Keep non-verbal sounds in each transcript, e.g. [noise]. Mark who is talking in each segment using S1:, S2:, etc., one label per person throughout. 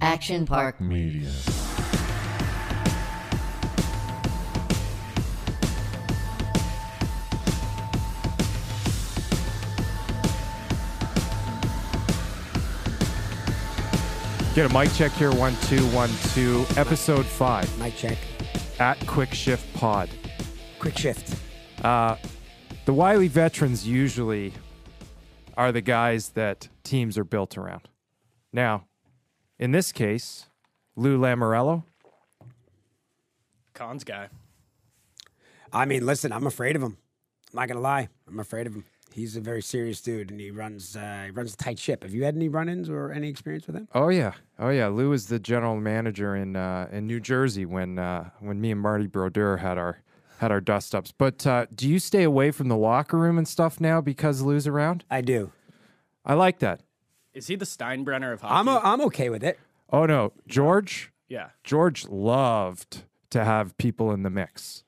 S1: Action Park
S2: Media.
S3: Get a mic check here. One, two, one, two. Episode five
S4: Mic check.
S3: at Quick Shift Pod.
S4: Quick shift.
S3: The Wiley veterans usually are the guys that teams are built around. Now, in this case, Lou Lamorello,
S5: Cons guy.
S4: I mean, listen, I'm afraid of him. I'm not gonna lie. I'm afraid of him. He's a very serious dude, and he runs uh, he runs a tight ship. Have you had any run-ins or any experience with him?
S3: Oh yeah, oh yeah. Lou was the general manager in uh, in New Jersey when uh, when me and Marty Brodeur had our had our dust ups. But uh, do you stay away from the locker room and stuff now because Lou's around?
S4: I do.
S3: I like that.
S5: Is he the Steinbrenner of hockey?
S4: I'm o- I'm okay with it.
S3: Oh no, George.
S5: yeah.
S3: George loved to have people in the mix,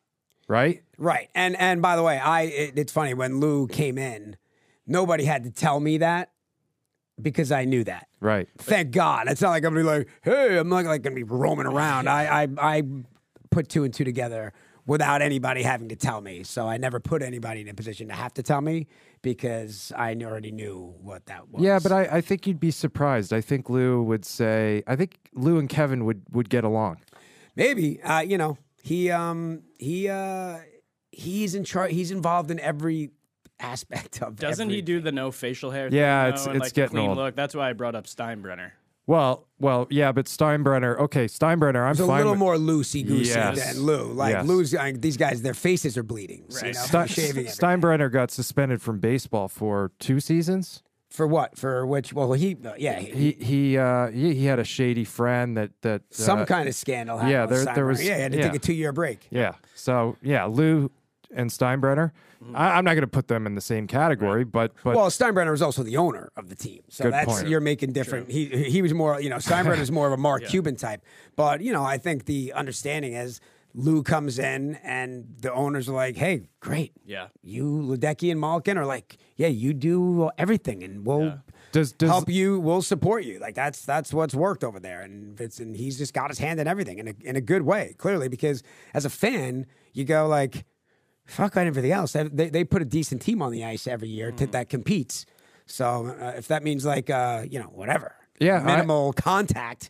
S3: right?
S4: Right. And and by the way, I it, it's funny when Lou came in, nobody had to tell me that because I knew that.
S3: Right.
S4: Thank God. It's not like I'm gonna be like, hey, I'm not like gonna be roaming around. I, I I put two and two together without anybody having to tell me. So I never put anybody in a position to have to tell me because I kn- already knew what that was.
S3: Yeah, but I, I think you'd be surprised. I think Lou would say. I think Lou and Kevin would would get along.
S4: maybe uh, you know he um he uh he's in charge. He's involved in every aspect of.
S5: Doesn't he
S4: every-
S5: do the no facial hair?
S3: Yeah,
S5: thing,
S3: it's-
S5: though, and,
S3: it's
S5: like, the
S3: getting
S5: clean
S3: old.
S5: Look, that's why I brought up Steinbrenner.
S3: Well, well, yeah, but Steinbrenner. Okay, Steinbrenner. I'm
S4: It's a
S3: fine
S4: little
S3: with-
S4: more loosey goosey
S3: Yes.
S4: than Lou. Like
S3: Yes.
S4: Lou's, like, these guys, their faces are bleeding. so, you
S5: Right.
S4: know,
S3: Stein-
S4: shaving every-
S3: Steinbrenner got suspended from baseball for two seasons.
S4: for what? For which? Well, he, uh, yeah, he,
S3: He he uh, he, he had a shady friend that that uh,
S4: some kind of scandal happened.
S3: yeah,
S4: with
S3: there- there
S4: Steinbrenner.
S3: was-
S4: Yeah, he had to
S3: yeah.
S4: take a two year break.
S3: Yeah. So yeah, Lou and Steinbrenner. I, I'm not going to put them in the same category, but but
S4: Mm. Well, Steinbrenner was also the owner of the team, so
S3: Good
S4: that's
S3: point.
S4: you're making different. He he was more, you know,
S3: [laughs]
S4: Steinbrenner's more of a Mark Cuban type, but you know, I think the understanding is Lou comes in and the owners are like, "Hey, great,
S5: Yeah.
S4: you Ledecky and Malkin are like, yeah, you do everything, and we'll."
S3: does does
S4: help you. We'll support you. Like that's that's what's worked over there, and it's and he's just got his hand in everything in a in a good way, clearly. Because as a fan, you go like, fuck everything else. They they, they put a decent team on the ice every year
S3: Mm-hmm.
S4: to, that competes. So uh, if that means like uh, you know whatever,
S3: Yeah, I- Mm-hmm.
S4: minimal contact.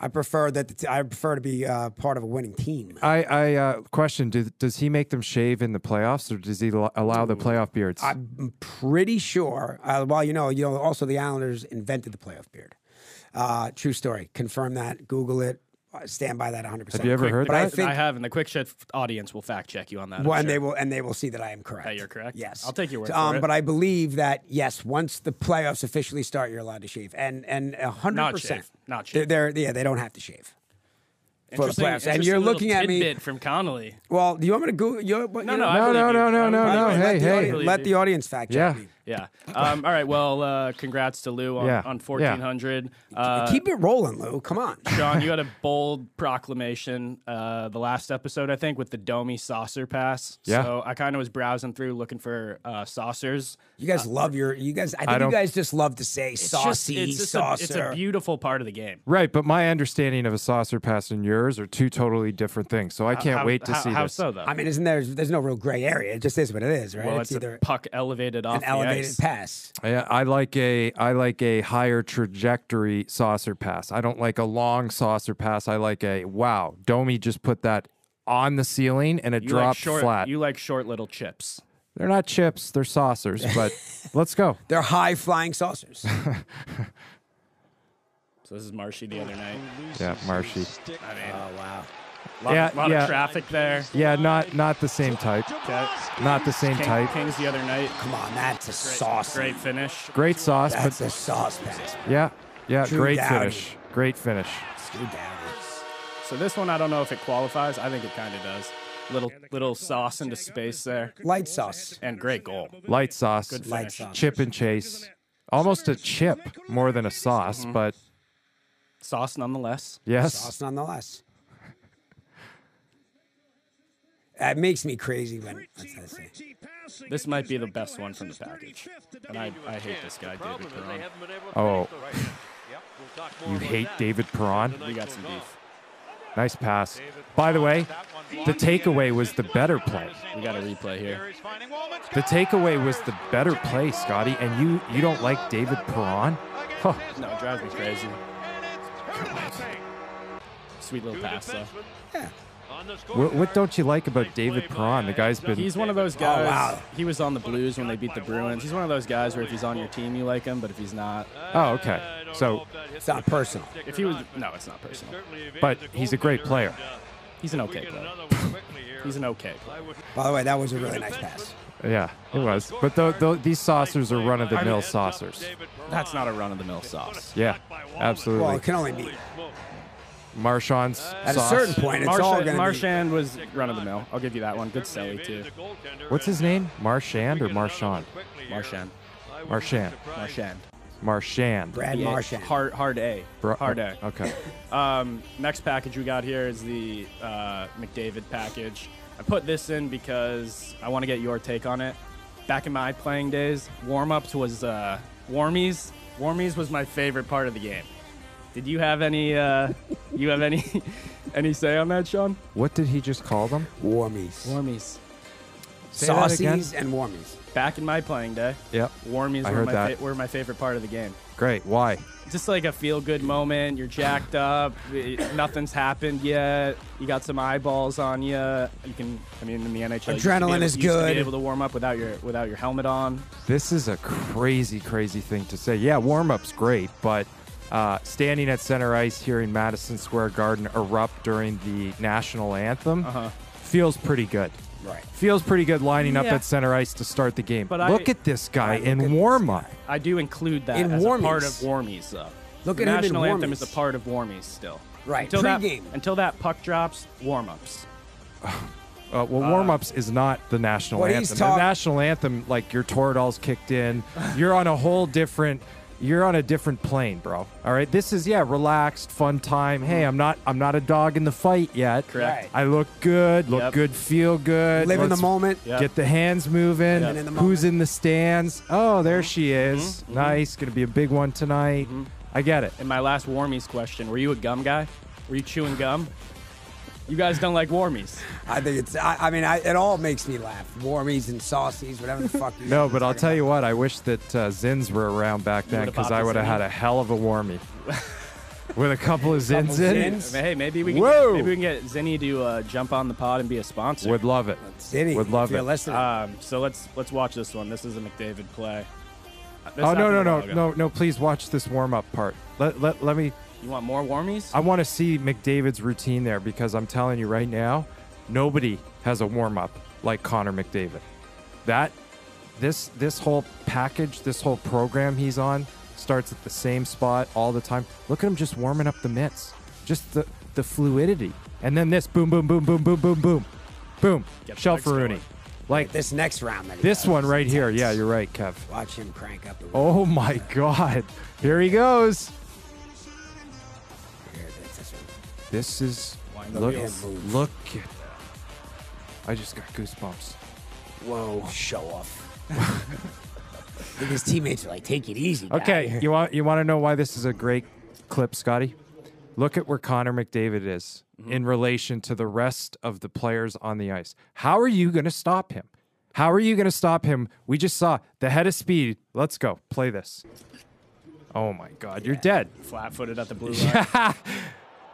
S4: I prefer that the t- I prefer to be uh, part of a winning team.
S3: I I uh, question: do, Does he make them shave in the playoffs, or does he lo- allow the playoff beards?
S4: I'm pretty sure. Uh, well, you know, you know. Also, the Islanders invented the playoff beard. Uh, true story. Confirm that. Google it. I stand by that 100. percent
S3: Have you ever heard
S4: But I
S3: that?
S4: think
S5: I have, and the quick shit audience will fact check you on that. I'm
S4: well, and
S5: sure.
S4: they will and they will see that I am correct.
S5: That you're correct?
S4: Yes,
S5: I'll take your word
S4: So,
S5: for
S4: um,
S5: it.
S4: But I believe that yes, once the playoffs officially start, you're allowed to shave, and and 100 percent.
S5: shave.
S4: They're,
S5: Not shave.
S4: they're yeah, they don't have to shave. for the
S5: Interesting-
S4: playoffs. And
S5: interesting
S4: you're
S5: little
S4: looking at me-
S5: tidbit from Connolly.
S4: Well, do you want me to Google? You, what,
S5: No,
S4: you
S5: no, I
S3: no,
S5: believe
S3: no,
S5: you.
S3: no, no,
S5: I
S3: no,
S5: believe
S3: no. Hey,
S5: you.
S4: let, the
S3: hey.
S4: audience, let the audience fact check
S3: Yeah.
S4: me.
S5: Yeah. Um, all right. Well, uh, congrats to Lou on,
S3: Yeah,
S5: on
S3: yeah.
S5: 1400. Uh,
S4: Keep it rolling, Lou. Come on.
S5: Sean, you
S3: [laughs]
S5: had a bold proclamation uh, the last episode, I think, with the Domi saucer pass.
S3: Yeah.
S5: So I kind of was browsing through looking for uh, saucers.
S4: You guys love your. You guys. I think
S3: don't-
S4: you guys just love to say
S5: Uh, It's just-
S4: saucy
S5: it's just a-
S4: saucer.
S5: it's a beautiful part of the game.
S3: Right, but my understanding of a saucer pass and yours are two totally different things. So I can't
S5: How-
S3: wait to
S5: how,
S3: see
S5: how
S3: this.
S5: so though.
S4: I mean, isn't there? There's no real gray area. It just is what it is, right?
S5: well, it's,
S4: either
S5: a puck elevated off
S4: an
S5: the
S4: elevated
S5: ice.
S4: pass.
S3: I, I like a I like a higher trajectory saucer pass. I don't like a long saucer pass. I like a wow. Domi just put that on the ceiling and it
S5: You like
S3: dropped
S5: short,
S3: flat.
S5: You like short little chips.
S3: They're not chips. They're saucers.
S5: [laughs]
S3: But let's go.
S4: They're high flying saucers.
S5: So this is Marshy the other night.
S3: Yeah, Marshy.
S5: I mean, a
S4: Oh, wow.
S5: lot,
S3: Yeah,
S5: lot
S3: yeah.
S5: of traffic there.
S3: Yeah, not not the same type. Not the same
S5: King,
S3: type.
S5: Kings the other night.
S4: Come on, that's a sauce.
S5: Great finish.
S3: Great sauce,
S4: That's
S3: but
S4: a sauce pass.
S3: yeah, yeah,
S4: Drew
S3: great
S4: Doughty.
S3: finish. Great finish.
S4: Screw down.
S5: So this one, I don't know if it qualifies. I think it kind of does. Little little sauce into space there,
S4: Light sauce.
S5: and great goal.
S3: Light sauce.
S4: Light sauce.
S3: Chip and chase. Almost a chip more than a sauce,
S5: Mm-hmm.
S3: but
S5: Sauce nonetheless.
S3: yes.
S4: Sauce nonetheless. That makes me crazy when that's what I say.
S5: This might be the best one from the package. And I, I hate this guy, David Perron.
S3: Oh. You hate David Perron?
S5: We got some beef.
S3: Nice pass. By the way, the takeaway was the better play.
S5: We got a replay here.
S3: The takeaway was the better play, Scotty, and you you don't like David Perron? Huh.
S5: No, it drives me crazy. Sweet little pass though.
S3: What, what don't you like about David Perron? The guy's been
S5: He's one of those guys.
S4: Oh, wow.
S5: He was on the Blues when they beat the Bruins. He's one of those guys where if he's on your team, you like him, but if he's not,
S3: Oh, okay. So,
S4: It's not personal.
S5: if he was, no, it's not personal.
S3: but he's a great player.
S5: He's an okay player. He's an okay player.
S4: By the way, that was a really nice pass.
S3: Yeah, it was. But tho- tho- these saucers are run of the mill saucers.
S5: That's not a run of the mill sauce.
S3: Yeah, absolutely.
S4: Well, it can only be.
S3: Marchand's
S4: At
S3: sauce.
S4: a certain point, it's all
S5: Marchand,
S4: going to be.
S5: Marchand was run of the mill. I'll give you that one. Good celly too.
S3: What's his name? Marchand or Marchand?
S5: Marchand.
S3: Marchand.
S5: Marchand.
S3: Marchand.
S4: Brad
S5: Yeah,
S4: Marchand.
S5: Hard, hard A.
S3: Bro-
S5: hard A.
S3: [laughs] Okay.
S5: Um, next package we got here is the uh, McDavid package. I put this in because I want to get your take on it. Back in my playing days, warm ups was uh, warmies. Warmies was my favorite part of the game. Did you have any? Uh, you have any? [laughs] any say on that, Sean?
S3: What did he just call them?
S4: Warmies.
S5: Warmies.
S3: Say that again.
S4: Saucies and warmies.
S5: Back in my playing day,
S3: Yep.
S5: warmies
S3: I
S5: were
S3: heard
S5: my,
S3: that.
S5: fa- were my favorite part of the game.
S3: Great. Why?
S5: just like a feel good moment. You're jacked up. eh, Nothing's happened yet. You got some eyeballs on you. You can, I mean, in the NHL, you used to be
S4: Adrenaline
S5: able-
S4: is
S5: you used to
S4: good.
S5: be able to warm up without your without your helmet on.
S3: This is a crazy, crazy thing to say. Yeah, warm up's great, but uh, standing at center ice here in Madison Square Garden erupt during the national anthem
S5: Uh-huh.
S3: feels pretty good.
S4: Right.
S3: Feels pretty good lining up
S5: Yeah.
S3: at center ice to start the game.
S5: But I-
S3: look at this guy
S4: look at this
S3: in warm up.
S5: I do include that
S4: In
S5: as a part of
S4: warmies.
S5: warmies, though.
S4: Look
S5: the
S4: at him in
S5: national anthem is
S4: warmies.
S5: a part of warmies still.
S4: Right,
S5: Until
S4: pregame.
S5: that until that puck drops, warm ups.
S3: Uh, well, warm ups is not the national
S4: What he's
S3: anthem.
S4: talk-
S3: the national anthem, like your Toradol's
S4: [laughs]
S3: kicked in, you're on a whole different, you're on a different plane, bro. All right, this is yeah, relaxed, fun time. Hey, I'm not, I'm not a dog in the fight yet.
S5: Correct.
S4: Mm-hmm. Right.
S3: I look good, look
S5: Yep.
S3: good, feel good.
S4: Live in the
S3: Let's
S4: moment.
S5: Yeah.
S3: Get the hands moving.
S4: Living in the
S3: Who's
S4: moment. Mm-hmm.
S3: in the stands? Oh, there she is. Nice, gonna be a big one tonight. I get it.
S5: And my last warmies question: Were you a gum guy? Were you chewing gum? You guys don't like warmies.
S4: I think it's. I, I mean, I, it all makes me laugh. Warmies and saucies, whatever the fuck. You
S3: [laughs] No, but I'll tell you what. I wish that uh, Zins were around back then
S5: would've
S3: because
S5: popped
S3: I
S5: a
S3: would have
S5: Zin?
S3: had a hell of a warmie with a couple of Zins in.
S4: Zins?
S5: Hey, maybe we can
S3: Whoa.
S5: get, maybe we can get Zinni to uh, jump on the pod and be a sponsor.
S3: Would love it.
S4: City.
S3: Would
S4: if
S3: love
S4: you're
S3: it. Uh,
S4: listening.
S5: Um, so let's let's watch this one. This is a McDavid play. Uh, this
S3: Oh no
S5: happened
S3: no
S5: a
S3: no
S5: while ago.
S3: no no! Please watch this warm up part. Let, let let me.
S5: You want more warmies?
S3: I want to see McDavid's routine there because I'm telling you right now, nobody has a warm up like Connor McDavid. That this this whole package, this whole program he's on starts at the same spot all the time. Look at him just warming up the mitts, just the the fluidity, and then this boom boom boom boom boom boom boom boom.
S5: Get the
S3: Shell
S5: legs going.
S3: Ferruni, like
S4: this next round. That he
S3: this
S4: does
S3: one
S4: is
S3: right here.
S4: intense.
S3: Yeah, you're right, Kev.
S4: Watch him crank up the. Oh.
S3: Oh my [laughs] God. Here he goes. This is.
S5: Wind the
S3: Look,
S4: wheels.
S3: look at that. I just got goosebumps.
S4: Whoa! Show
S3: [laughs]
S4: off. And his teammates are like, "Take it easy." guy."
S3: Okay, you want you want to know why this is a great clip, Scotty? Look at where Connor McDavid is in relation to the rest of the players on the ice. How are you going to stop him? How are you going to stop him? We just saw the head of speed. Let's go. Play this. Oh my God, you're dead.
S5: Flat-footed at the blue line.
S3: [laughs]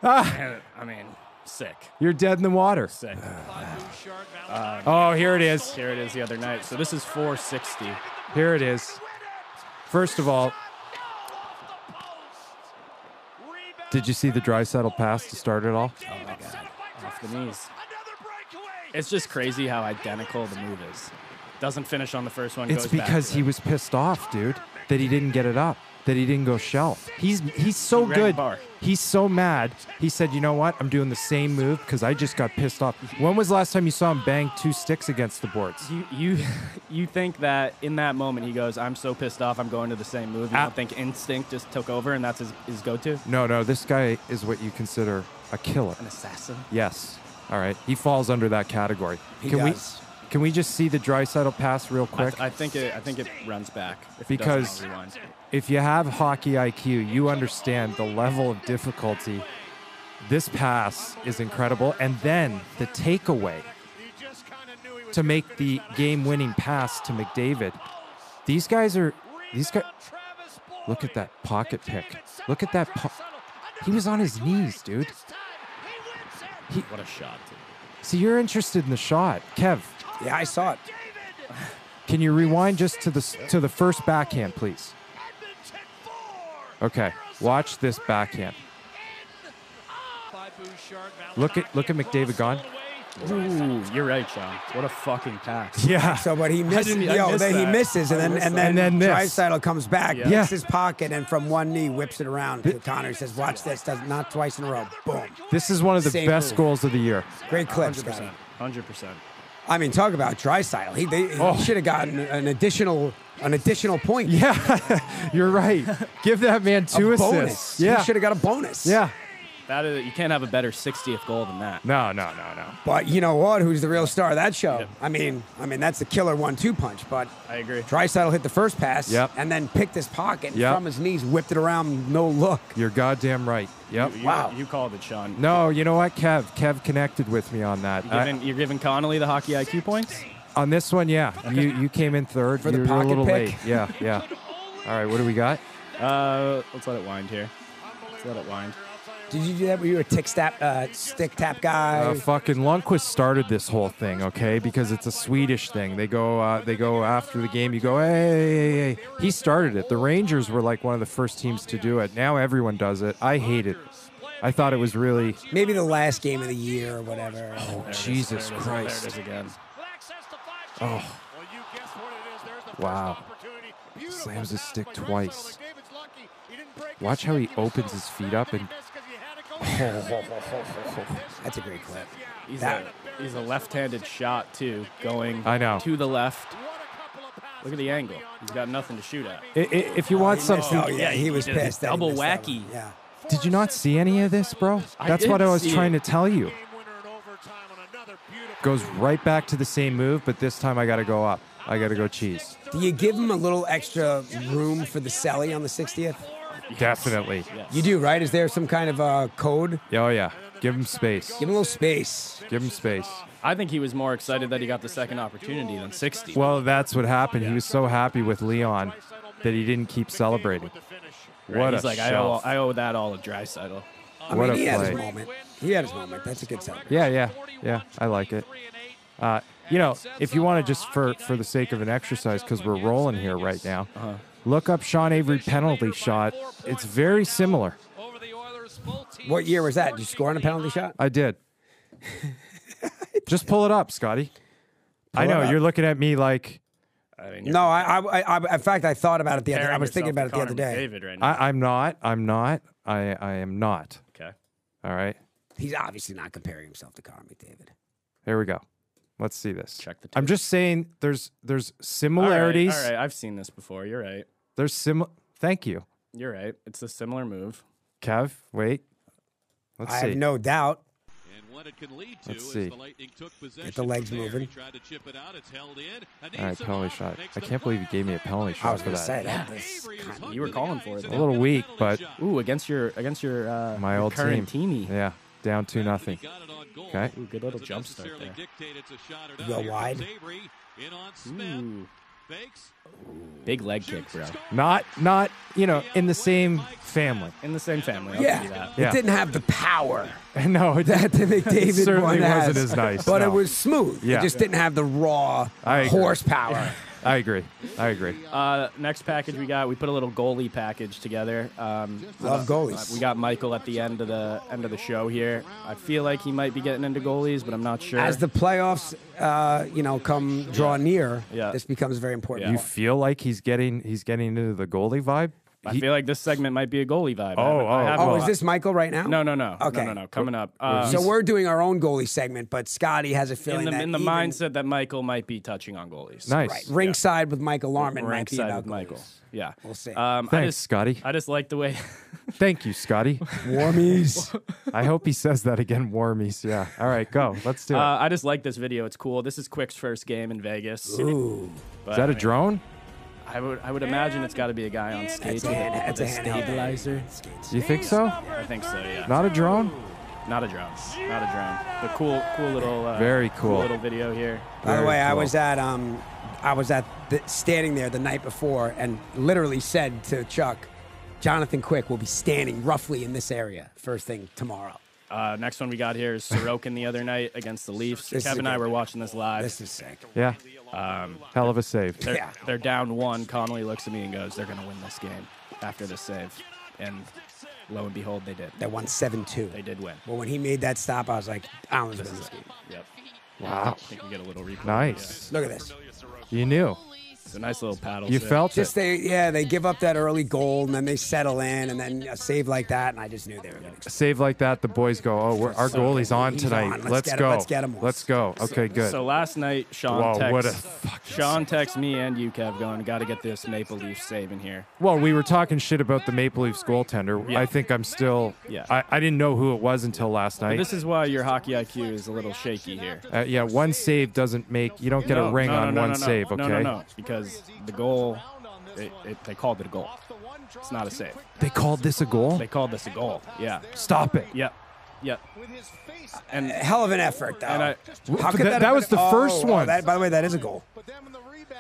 S3: Ah.
S5: Man, I mean, sick,
S3: You're dead in the water.
S5: sick.
S3: [sighs] Oh, here it is.
S5: Here it is the other night. So this is 460.
S3: Here it is. First of all, did you see the dry settle pass to start it all?
S1: Oh my god.
S5: Off the knees. It's just crazy how identical the move is. Doesn't finish on the first one.
S3: It's
S5: goes back
S3: because
S5: to
S3: he
S5: the
S3: was pissed off, dude, that he didn't get it up, that he didn't go shell. He's he's so
S5: ran
S3: good.
S5: bar.
S3: He's so mad. He said, "You know what? I'm doing the same move because I just got pissed off." When was the last time you saw him bang two sticks against the boards?
S5: [laughs] You you you think that in that moment he goes, I'm so pissed off, I'm going to the same move. You
S3: Ah.
S5: don't think instinct just took over and that's his, his go to?
S3: No, no, this guy is what you consider a killer.
S5: An assassin.
S3: Yes. All right. He falls under that category.
S4: He
S3: can
S4: does.
S3: we Can we just see the dry settle pass real
S5: I,
S3: quick?
S5: th- I think it. I think it runs back if it doesn't,
S3: Because-
S5: it rewinds.
S3: if you have hockey IQ, you understand the level of difficulty. This pass is incredible. And then the takeaway to make the game winning pass to McDavid. These guys are, these guys,
S1: Look at that pocket pick. Look at that. Po- he was on his knees, dude. He-
S5: What a shot! dude.
S3: see, you're interested in the shot. Kev,
S4: Yeah, I saw it.
S3: can you rewind just to the, s- to the first backhand, please?
S1: Okay, watch this backhand.
S3: Look at- look at McDavid gone.
S5: Ooh, you're right, Sean. What a fucking pass.
S3: Yeah.
S4: So, but he misses.
S3: e,
S5: didn't- I
S4: Yo,
S5: missed
S4: then he
S5: that.
S4: misses, and
S5: I
S4: then
S5: missed
S4: and
S5: that.
S4: then,
S3: And then this.
S4: Drysaitel comes back,
S5: Yeah.
S4: picks
S3: Yeah.
S4: his pocket, and from one knee whips it around to Connor. He Says, "Watch this. Does not twice in a row. Boom.
S3: This is one of the
S4: Same
S3: best
S4: move.
S3: goals of the year.
S4: Great clip,
S5: Hundred
S4: Scotty.
S5: percent. Hundred percent.
S4: I mean, talk about Drysaitel. He, they, he
S3: Oh.
S4: should have gotten an additional an additional point.
S3: Yeah, [laughs] you're right. Give that man
S4: A
S3: two assists.
S4: bonus.
S3: Yeah.
S4: He should have got a bonus.
S3: yeah.
S5: That is, you can't have a better 60th goal than that.
S3: No, no, no, no.
S4: But you know what? Who's the real star of that show? I mean, I mean that's the killer one-two punch. But
S5: I agree.
S4: Drysaitel hit the first pass,
S3: Yep.
S4: and then picked his pocket
S3: Yep.
S4: from his knees, whipped it around, no look.
S3: You're goddamn right. Yep.
S5: You,
S4: Wow.
S5: You called it, Sean.
S3: No, you know what, Kev? Kev connected with me on that.
S5: You're giving, you're giving Connolly the hockey IQ points.
S3: I- on this one, yeah. You you came in third.
S4: For the
S3: you were a
S4: pocket
S3: little
S4: pick.
S3: late. Yeah, yeah. All right, what do we got?
S5: Uh, let's let it wind here. Let's let it wind.
S4: Did you do that? Were you a tick tap, uh, stick tap guy?
S3: Uh, fucking Lundqvist started this whole thing, okay? Because it's a Swedish thing. They go, uh, they go after the game. You go, hey, hey, hey, hey. He started it. The Rangers were like one of the first teams to do it. Now everyone does it. I hate it. I thought it was really
S4: Maybe the last game of the year or whatever.
S3: Oh, Jesus
S5: There it is,
S3: Christ.
S5: There it is again.
S1: Oh.
S3: Wow.
S1: Wow. Slams his stick twice. Watch how he opens his feet up and.
S4: That's a great clip.
S5: He's
S4: That-
S5: a, he's a left-handed shot too, going
S3: I know.
S5: to the left. Look at the angle. He's got nothing to shoot at.
S3: I- I- if you want
S4: He missed-
S3: something,
S4: Oh yeah, he was
S5: did a
S4: pissed. that he
S5: double
S4: missed that
S5: wacky.
S4: one. Yeah.
S3: did you not see any of this, bro?
S5: I
S3: That's
S5: did
S3: what I was
S5: see
S3: trying
S5: it.
S3: to tell you. Goes right back to the same move, but this time I got to go up. I got to go cheese.
S4: Do you give him a little extra room for the celly on the 60th?
S3: Definitely.
S5: Yes.
S4: You do, right? Is there some kind of uh, code?
S3: Oh yeah. Give him space.
S4: Give him a little space.
S3: Give him space.
S5: I think he was more excited that he got the second opportunity than 60.
S3: Well, that's what happened. He was so happy with Leon that he didn't keep celebrating.
S5: Right?
S3: What
S5: he's
S3: a
S5: like, I owe,
S3: shelf.
S5: I owe that all to Drysaddle.
S4: I mean,
S3: What a
S4: he had his
S3: play.
S4: moment. He had his moment. That's a good celebration.
S3: Yeah, yeah, yeah. I like it. Uh, you know, if you want to just for for the sake of an exercise, because we're rolling here right now,
S5: Uh-huh.
S3: look up Sean Avery penalty shot. It's very similar.
S4: What year was that? Did you score on a penalty shot? [laughs]
S3: I did. Just pull it up, Scotty. I
S4: Pull it
S3: know
S4: up.
S3: you're looking at me like
S5: I mean,
S4: No, I, I, I, I, in fact, I thought about it the other. I
S5: comparing
S4: was thinking about
S5: yourself
S4: it the other
S5: to Connor
S4: day.
S5: McDavid right now.
S3: I, I'm not. I'm not. I I am not.
S5: okay.
S3: All right.
S4: He's obviously not comparing himself to Connor McDavid.
S3: Here we go. Let's see this.
S5: Check the
S3: I'm
S5: tape.
S3: just saying there's there's
S5: All right,
S3: similarities.
S5: all right, I've seen this before. You're right.
S3: There's sim. Thank you,
S5: You're right. It's a similar move.
S3: Kev. Wait. Let's
S4: I
S3: see.
S4: have no doubt.
S2: And what it can lead to
S3: Let's
S2: is
S3: see.
S2: the Lightning took possession.
S4: the legs
S2: from there.
S4: moving.
S2: He tried to chip it out. It's held in.
S3: all right, penalty shot. I can't believe you gave me a penalty shot
S4: I was
S3: for
S4: going
S3: that.
S4: to say that. This kind of-
S5: You were calling for it.
S3: A little weak, but
S5: Ooh, against your against your uh,
S3: my
S5: your
S3: old team.
S5: current teamie.
S3: Yeah, down two nothing. Okay.
S5: Ooh, good little jump start there.
S4: go wide.
S2: In on Smith.
S5: Ooh,
S2: Fakes.
S5: big leg kick, bro.
S3: Not not you know in the same family. [laughs]
S5: In the same family. I'll give you
S4: Yeah.
S5: that.
S3: Yeah.
S4: It didn't have the
S3: [laughs]
S4: power
S3: no, it,
S4: that the McDavid
S3: certainly
S4: one has,
S3: wasn't as nice,
S4: But
S3: no.
S4: it was smooth.
S3: Yeah.
S4: It just didn't have the raw
S3: I agree. [laughs]
S4: horsepower.
S3: I agree. I agree.
S5: Uh, next package we got, we put a little goalie package together. Um,
S4: Love goalies.
S5: we got Michael at the end of the end of the show here. I feel like he might be getting into goalies, but I'm not sure.
S4: As the playoffs, uh, you know, come draw near,
S5: Yeah.
S4: this becomes very important.
S5: Yeah.
S3: You feel like he's getting he's getting into the goalie vibe.
S5: I
S3: He-
S5: feel like this segment might be a goalie vibe. I
S3: Oh,
S5: haven't- I
S3: oh.
S5: haven't-
S4: Oh, is this Michael right now?
S5: No, no, no.
S4: Okay.
S5: No, no, no. Coming up. Uh,
S4: So we're doing our own goalie segment, but Scotty has a feeling
S5: in the
S4: that
S5: in the
S4: even-
S5: mindset that Michael might be touching on goalies.
S3: nice.
S4: right, ringside with Michael Larman might be
S5: Rank side
S4: about
S5: with Michael.
S4: goalies.
S5: Yeah.
S4: We'll see.
S5: Um, I
S3: Thanks,
S5: just,
S3: Scotty.
S5: I just like the way [laughs]
S3: Thank you, Scotty.
S4: Warmies.
S3: [laughs] I hope he says that again. Warmies. Yeah. All right, go. Let's do it.
S5: Uh, I just like this video. It's cool. This is Quick's first game in Vegas.
S4: Ooh.
S5: But,
S3: Is that
S5: I
S3: a
S5: mean,
S3: drone?
S5: I would I would imagine it's got to be a guy on stage
S4: It's
S5: with
S4: a hand-
S5: a,
S4: it's
S5: with a
S4: a handheld.
S5: stabilizer.
S3: Do you think so?
S5: I think so. Yeah. Not,
S3: Not a drone?
S5: a drone. Not a drone. But cool, cool little. Uh,
S3: Very cool.
S5: Little video here.
S4: By the
S3: Very
S4: way, I
S3: cool.
S4: was at um, I was at the, standing there the night before and literally said to Chuck, Jonathan Quick will be standing roughly in this area first thing tomorrow.
S5: Uh, next one we got here is Sorokin the other night against the Leafs.
S4: This is
S5: Kevin and
S4: a
S5: I
S4: good
S5: were
S4: one.
S5: watching this live.
S4: This is sick.
S3: Yeah.
S5: um,
S3: Hell of a save.
S5: they're,
S4: Yeah.
S5: they're down one. Connolly looks at me and goes, "They're going to win this game after this save," and lo and behold, they did.
S4: That won seven two.
S5: They did win.
S4: But when he made that stop, I was like, I don't this is
S5: Yep.
S3: Wow.
S5: I think we get a little replay.
S3: Nice.
S4: Look at this.
S3: You knew.
S5: It's a nice little paddle.
S3: You
S5: save.
S3: felt
S4: Just
S3: it.
S4: they, yeah, they give up that early goal and then they settle in and then a save like that, and I just knew they were going to.
S3: Save like that, the boys go, oh, we're, our goalie's on
S4: He's
S3: tonight.
S4: on. Let's
S3: Let's,
S4: get him-
S3: go.
S4: let's get him on."
S3: Let's go. Okay, good.
S5: So last night, Sean
S3: Whoa,
S5: texts,
S3: what a fucking
S5: Sean texts me and you, Kev, going, got to get this Maple Leaf save in here.
S3: Well, we were talking shit about the Maple Leafs goaltender.
S5: Yeah.
S3: I think I'm still.
S5: Yeah.
S3: I, I didn't know who it was until last
S5: But
S3: night.
S5: this is why your hockey IQ is a little shaky here.
S3: uh, yeah, one save doesn't make. You don't get
S5: No,
S3: a ring
S5: no, no,
S3: on
S5: no,
S3: one
S5: no, no.
S3: save, okay?
S5: No, no, no, because the goal, it, it, they called it a goal. It's not a save.
S3: They called this a goal?
S5: They called this a goal. Yeah.
S3: Stop it.
S5: Yep. Yep. And
S4: Hell of an effort, though.
S5: and I
S4: How could
S3: That-
S4: have
S3: that
S4: been-
S3: was the
S4: oh,
S3: first
S4: oh,
S3: one.
S4: that- by the way, that is a goal.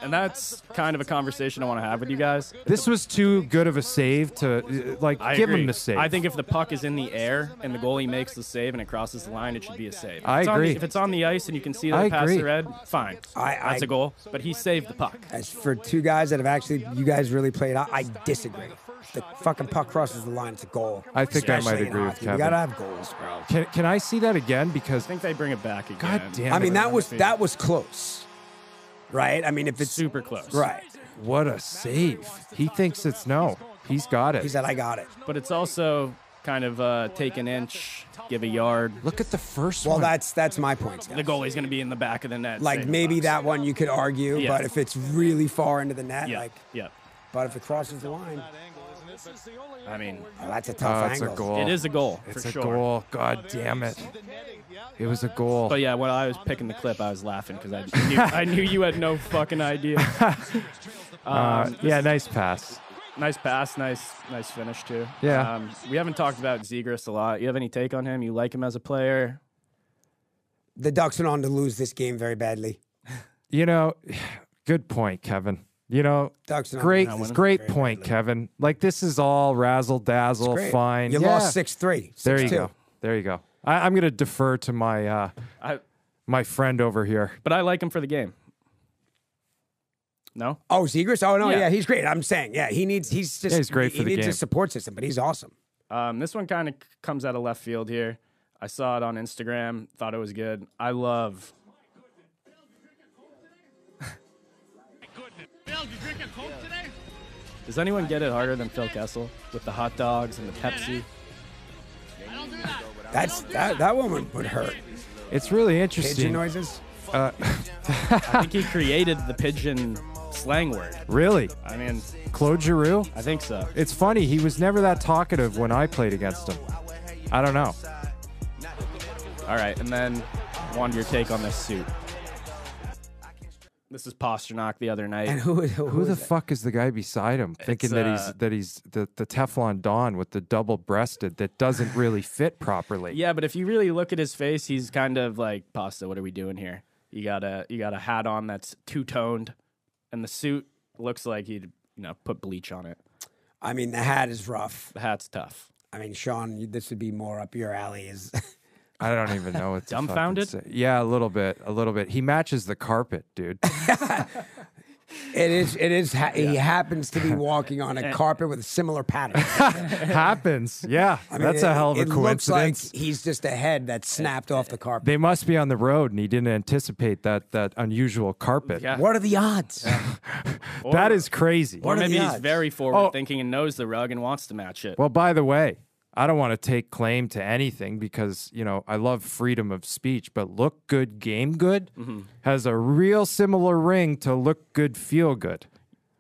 S5: and that's kind of a conversation I want to have with you guys.
S3: This was too good of a save to. uh, Like,
S5: I
S3: give
S5: agree.
S3: him the save.
S5: I think if the puck is in the air and the goalie makes the save and it crosses the line, it should be a save. If
S3: I
S5: it's on the-
S3: agree.
S5: if it's on the ice and you can see that
S3: I
S5: it passed
S3: agree.
S5: the red, fine.
S4: I- I-
S5: That's a goal. But he saved the puck.
S4: As for two guys that have actually, you guys really played out, I disagree. The fucking puck crosses the line, it's a goal.
S3: I think I might
S4: Especially in
S3: agree with
S4: hockey.
S3: Kevin.
S4: You gotta have goals, bro.
S3: Can, can I see that again? Because
S5: I think they bring it back again.
S3: God damn
S4: I mean,
S3: it.
S4: that was that was close, right? I mean, if it's
S5: super close.
S4: right,
S3: What a save. He thinks it's no. He's got it.
S4: he said, "I got it."
S5: But it's also kind of uh, take an inch, give a yard.
S3: Look at the first
S4: Well,
S3: one.
S4: that's that's my point. Scott.
S5: The goalie's going to be in the back of the net.
S4: Like
S5: saving
S4: maybe
S5: pucks.
S4: that one you could argue,
S5: Yeah.
S4: but if it's really far into the net,
S5: Yeah.
S4: like,
S5: yeah.
S4: but if it crosses the line,
S5: I mean,
S4: oh, that's a
S3: Oh,
S4: tough
S3: it's
S4: angle.
S3: a goal.
S5: it is a goal
S3: It's
S5: for
S3: a
S5: sure.
S3: goal. God damn it. It was a goal.
S5: But yeah, when I was picking the clip, I was laughing because I knew, I knew you had no fucking idea. um,
S3: Uh, yeah, nice pass.
S5: Nice pass, nice, nice finish too.
S3: Yeah.
S5: Um, we haven't talked about Zegras a lot. You have any take on him? You like him as a player?
S4: The Ducks went on to lose this game very badly.
S3: You know, [sighs] good point, Kevin. You know,
S4: Ducks went on to
S3: great,
S4: lose this
S3: great
S4: game very
S3: point,
S4: badly.
S3: Kevin. Like this is all razzle dazzle.
S4: Great.
S3: Fine.
S4: You
S3: Yeah.
S4: lost six three.
S3: There you go. There you go. I, I'm gonna defer to my uh,
S5: I,
S3: my friend over here.
S5: but I like him for the game. No,
S4: Oh, Zegers. Oh no,
S5: Yeah.
S4: yeah. he's great. I'm saying, yeah, he needs. He's just.
S3: he's great
S4: he
S3: for the
S4: needs
S3: game.
S4: a support system, but he's awesome.
S5: um, this one kind of comes out of left field here. I saw it on Instagram. Thought it was good. I love.
S2: Bill, you drinking Coke today?
S5: Does anyone get it harder than Phil Kessel with the hot dogs and the Pepsi?
S2: I don't do that.
S4: That's that. That one would, would hurt.
S3: It's really
S4: Pigeon
S3: interesting.
S4: noises.
S5: I think he created the pigeon slang word.
S3: Really,
S5: I mean,
S3: Claude Giroux.
S5: I think so.
S3: It's funny. He was never that talkative when I played against him. I don't know.
S5: All right, and then wanted your take on this suit. This is Pasternak the other night.
S4: And who? Who,
S3: Who
S4: is
S3: the
S4: it?
S3: fuck is the guy beside him, thinking that he's
S5: uh,
S3: that he's the, the Teflon Don with the double breasted that doesn't really fit properly?
S5: yeah, but if you really look at his face, he's kind of like pasta. What are we doing here? You got a you got a hat on that's two toned, and the suit looks like he'd you know put bleach on it.
S4: I mean, the hat is rough.
S5: The hat's tough.
S4: I mean, Sean, you, this would be more up your alley. Is [laughs]
S3: I don't even know what to fucking
S5: Dumbfounded?
S3: say. Yeah, a little bit, a little bit. He matches the carpet, dude. [laughs]
S4: it is? It is. Ha- He happens
S3: [laughs]
S4: to be walking on a carpet with a similar pattern.
S3: Happens. Yeah, [laughs]
S4: I mean,
S3: that's
S4: it-
S3: a hell of a
S4: it
S3: coincidence.
S4: Looks like he's just a head that snapped off the carpet.
S3: they must be on the road, and he didn't anticipate that that unusual carpet.
S5: Yeah.
S4: What are the odds?
S3: that is crazy.
S5: Or
S4: are
S5: maybe
S4: the
S5: he's
S4: odds? Oh.
S5: very forward thinking and knows the rug and wants to match it.
S3: Well, by the way, I don't want to take claim to anything because, you know, I love freedom of speech, but look
S5: Mm-hmm.
S3: good, game good has a real similar ring to look good, feel good.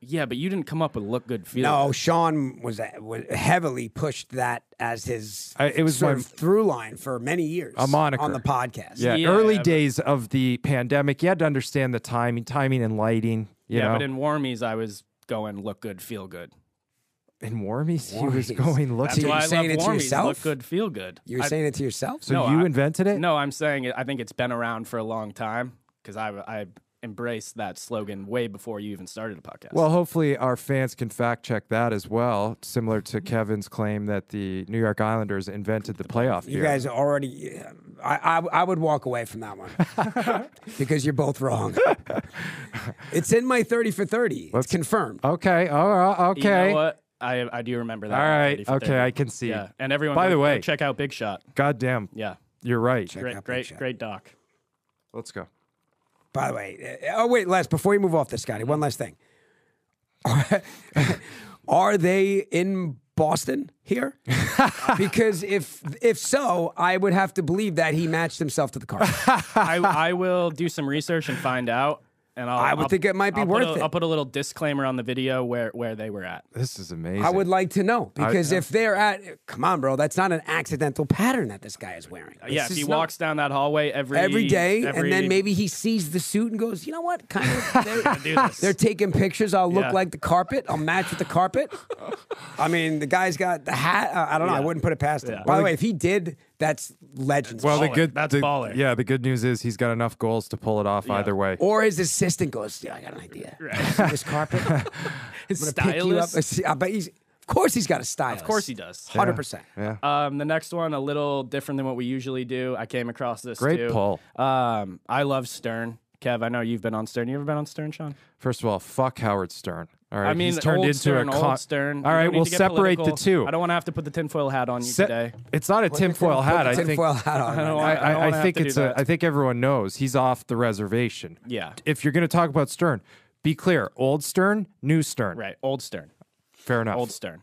S5: Yeah, but you didn't come up with look good feel.
S4: No,
S5: good.
S4: Sean was, was heavily pushed that as his
S3: I- it was
S4: sort
S3: my-
S4: of through line for many years.
S3: A moniker.
S4: on the podcast.
S3: Yeah,
S5: Yeah,
S3: early
S5: but-
S3: days of the pandemic, you had to understand the timing, timing and lighting. You
S5: yeah,
S3: know,
S5: but in Warmies, I was going look good, feel good.
S3: in Warmies, he was [laughs]
S4: Warmies.
S3: going
S4: That's
S3: looking.
S4: why-
S5: I
S4: saying
S5: love
S4: it to
S5: Warmies.
S4: yourself?
S5: Look good, feel good.
S4: you were
S5: I-
S4: saying it to yourself.
S3: So
S5: No,
S3: you
S5: I-
S3: invented it?
S5: No, I'm saying it, I think it's been around for a long time because I I embraced that slogan way before you even started a podcast.
S3: Well, hopefully our fans can fact check that as well, similar to Kevin's claim that the New York Islanders invented the playoff
S4: Mm-hmm. you
S3: beer.
S4: guys are already. I, I I would walk away from that one
S3: [laughs]
S4: because you're both wrong. it's in my thirty for 30
S3: Let's-
S4: it's confirmed.
S3: okay, all right,
S5: You know
S3: okay.
S5: what? I I do remember that.
S3: All
S5: one,
S3: right,
S5: 30 for
S3: okay,
S5: 30.
S3: I can see.
S5: Yeah, and everyone.
S3: By
S5: go-
S3: the
S5: go
S3: way-
S5: check out Big Shot.
S3: God damn,
S5: Yeah,
S3: you're right.
S4: Check
S5: great,
S4: out
S5: great,
S4: Big Shot. [laughs]
S5: great doc.
S3: Let's go.
S4: By the way, uh, oh wait, Les, before you move off this, Scotty, one last thing. [laughs] Are, they in Boston here?
S5: [laughs]
S4: because if if so, I would have to believe that he matched himself to the
S5: [laughs]
S4: car.
S5: I I will do some research and find out. And I'll,
S4: I would
S5: I'll-
S4: think it might be
S5: I'll put
S4: worth
S5: a-
S4: it.
S5: I'll put a little disclaimer on the video where where they were at.
S3: This is amazing.
S4: I would like to know because
S3: I-
S4: if they're at, come on, bro, that's not an accidental pattern that this guy is wearing.
S5: yeah,
S4: This
S5: if
S4: is
S5: he
S4: not-
S5: walks down that hallway every
S4: every day,
S5: every-
S4: and then
S5: [laughs]
S4: maybe he sees the suit and goes, you know what, kind of.
S5: do
S4: They're, [laughs]
S5: this.
S4: they're taking pictures. I'll look
S5: Yeah.
S4: like the carpet. I'll match with the carpet. [laughs] I mean, the guy's got the hat. Uh, I don't know. I
S5: Yeah.
S4: wouldn't put it past him.
S5: Yeah.
S4: By the way, if he did, that's legends.
S3: Well, the
S5: Baller.
S3: good
S5: That's
S3: the-
S5: baller.
S3: Yeah, the good news is he's got enough goals to pull it off either way.
S4: or his assistant goes, yeah, I got an idea. [laughs] See this carpet. I'm
S5: his
S4: gonna pick you up. I
S5: stylist.
S4: see- I bet he's. Of course, he's got a stylist.
S5: Of course he does.
S4: Hundred percent.
S3: Yeah.
S5: Um, the next one, a little different than what we usually do. I came across this.
S3: Great
S5: too.
S3: pull.
S5: Um, I love Stern. Kev, I know you've been on Stern. You ever been on Stern, Sean?
S3: First of all, fuck Howard Stern. All right,
S5: I mean,
S3: he's turned
S5: old
S3: into
S5: Stern,
S3: a
S5: old
S3: con-
S5: Stern.
S3: All
S5: You
S3: right,
S5: don't need
S3: we'll
S5: to get
S3: separate
S5: political.
S3: the two.
S5: I don't want to have to put the tinfoil hat on you
S3: Se-
S5: today.
S3: It's not a tinfoil hat.
S4: Put
S3: I
S4: the
S3: think.
S4: tinfoil hat on.
S5: don't
S4: right
S5: want-
S4: now.
S5: I
S3: [laughs]
S5: don't
S3: I,
S5: wanna
S3: I
S5: have
S3: think
S5: to do
S3: it's a,
S5: that.
S3: I think everyone knows he's off the reservation.
S5: Yeah.
S3: If you're going to talk about Stern, be clear: old Stern, new Stern.
S5: Right, old Stern,
S3: Fair enough.
S5: old
S3: Old,
S5: Stern.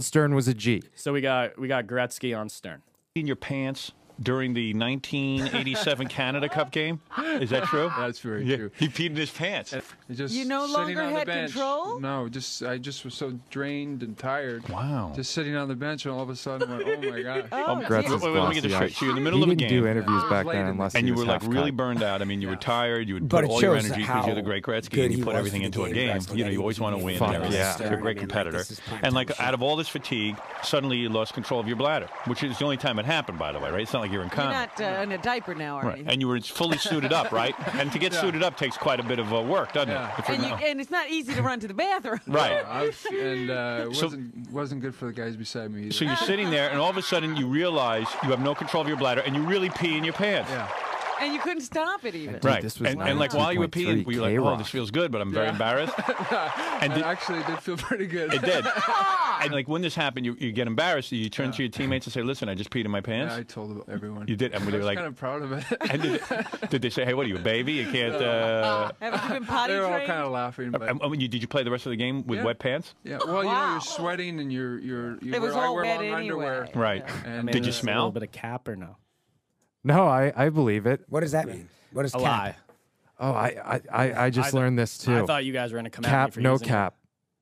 S3: Stern was a G.
S5: So we got we got Gretzky on Stern.
S6: in your pants during the 1987 Canada Cup game? Is that true?
S7: That's very
S6: yeah,
S7: true.
S6: he peed in his
S4: Oh,
S6: pants.
S7: Just
S8: You no
S7: sitting
S8: longer
S7: on the
S8: had
S7: bench.
S8: control?
S7: No, just I just was so drained and tired.
S6: Wow.
S7: Just sitting on the bench, and all of a sudden, I went, oh
S8: [laughs]
S7: my god.
S8: Oh,
S3: Gretz
S6: Um, Wait,
S3: is
S6: wait, wait, let me get this
S3: glossy-eyed.
S6: straight. So you're in the
S3: he
S6: middle of a
S3: didn't do
S6: game,
S3: interviews
S7: Yeah.
S3: back
S7: Late in
S3: then
S7: the-
S3: unless
S6: and
S3: he
S6: you were
S3: was
S6: like really
S3: half-cocked.
S6: burned out. I mean, you were tired. You would
S4: But
S6: put
S4: it
S6: all your
S4: shows
S6: energy because you're the great
S4: how
S6: Gretzky,
S4: good
S6: and
S4: he
S6: you put
S4: was
S6: everything
S4: for the
S6: into a
S4: game,
S6: game.
S4: Gretzky,
S6: You know,
S4: that he-
S6: you always want to
S4: he
S6: win.
S4: fucked
S6: And everything.
S3: yeah.
S6: You're a great
S4: I mean, like,
S6: competitor.
S4: this is prime
S6: and
S4: time
S6: like
S4: shit.
S6: out of all this fatigue, suddenly you lost control of your bladder, which is the only time it happened, by the way, right? It's not like you're in
S8: You're
S6: combat.
S8: not uh, in a diaper now, are
S6: Right.
S8: you?
S6: And you were fully suited up, right? And
S4: [laughs]
S6: to get suited up takes quite a bit of uh, work, doesn't
S7: Yeah.
S6: it? If you're
S8: And, you,
S6: not-
S8: and it's not easy to run to the bathroom.
S6: Right.
S7: I was- and uh, it
S6: So-
S7: wasn't wasn't good for the guys beside me. Either.
S6: So you're sitting there, and all of a sudden you realize you have no control of your bladder, and you really pee in your pants.
S7: yeah.
S8: And you couldn't stop it even.
S3: Dude,
S6: Right.
S3: this was
S6: and, and like while you were peeing,
S3: 92.3
S6: you were like, "Oh,
S3: K-Rock.
S6: this feels good," but I'm very
S7: Yeah. [laughs]
S6: embarrassed. and
S7: And
S6: did,
S7: actually, it did feel [laughs] pretty good.
S6: it did. and like when this happened, you, you get embarrassed. You turn to your teammates and say, "Listen, I just peed in my pants."
S7: Yeah, I told everyone.
S6: You did, and
S7: I
S6: they were
S7: was
S6: like,
S7: kind of proud of it.
S6: [laughs] and did, did they say, "Hey, what are you, a baby? You can't." Uh...
S8: Haven't you been
S7: [laughs]
S8: potty
S7: they were all
S8: trained?
S7: kind of laughing, but
S6: And- and you- did you play the rest of the game with
S7: Yeah.
S6: wet pants?
S7: yeah. Well, you know,
S8: Wow.
S7: you're sweating and you're you're. You
S8: It was
S7: wear, I
S8: all
S7: wear
S8: wet
S7: long underwear.
S8: anyway.
S6: Right.
S7: And uh,
S5: Maybe
S6: Did you
S5: just
S6: smell?
S5: a little bit of cap or no?
S3: No, I, I believe it.
S4: What does that mean? What is
S5: A
S4: cap?
S5: lie.
S3: Oh, I I, I, I just
S5: I th-
S3: learned this too.
S5: I thought you guys were gonna come at me
S3: cap,
S5: for
S3: no
S5: using it.
S3: cap.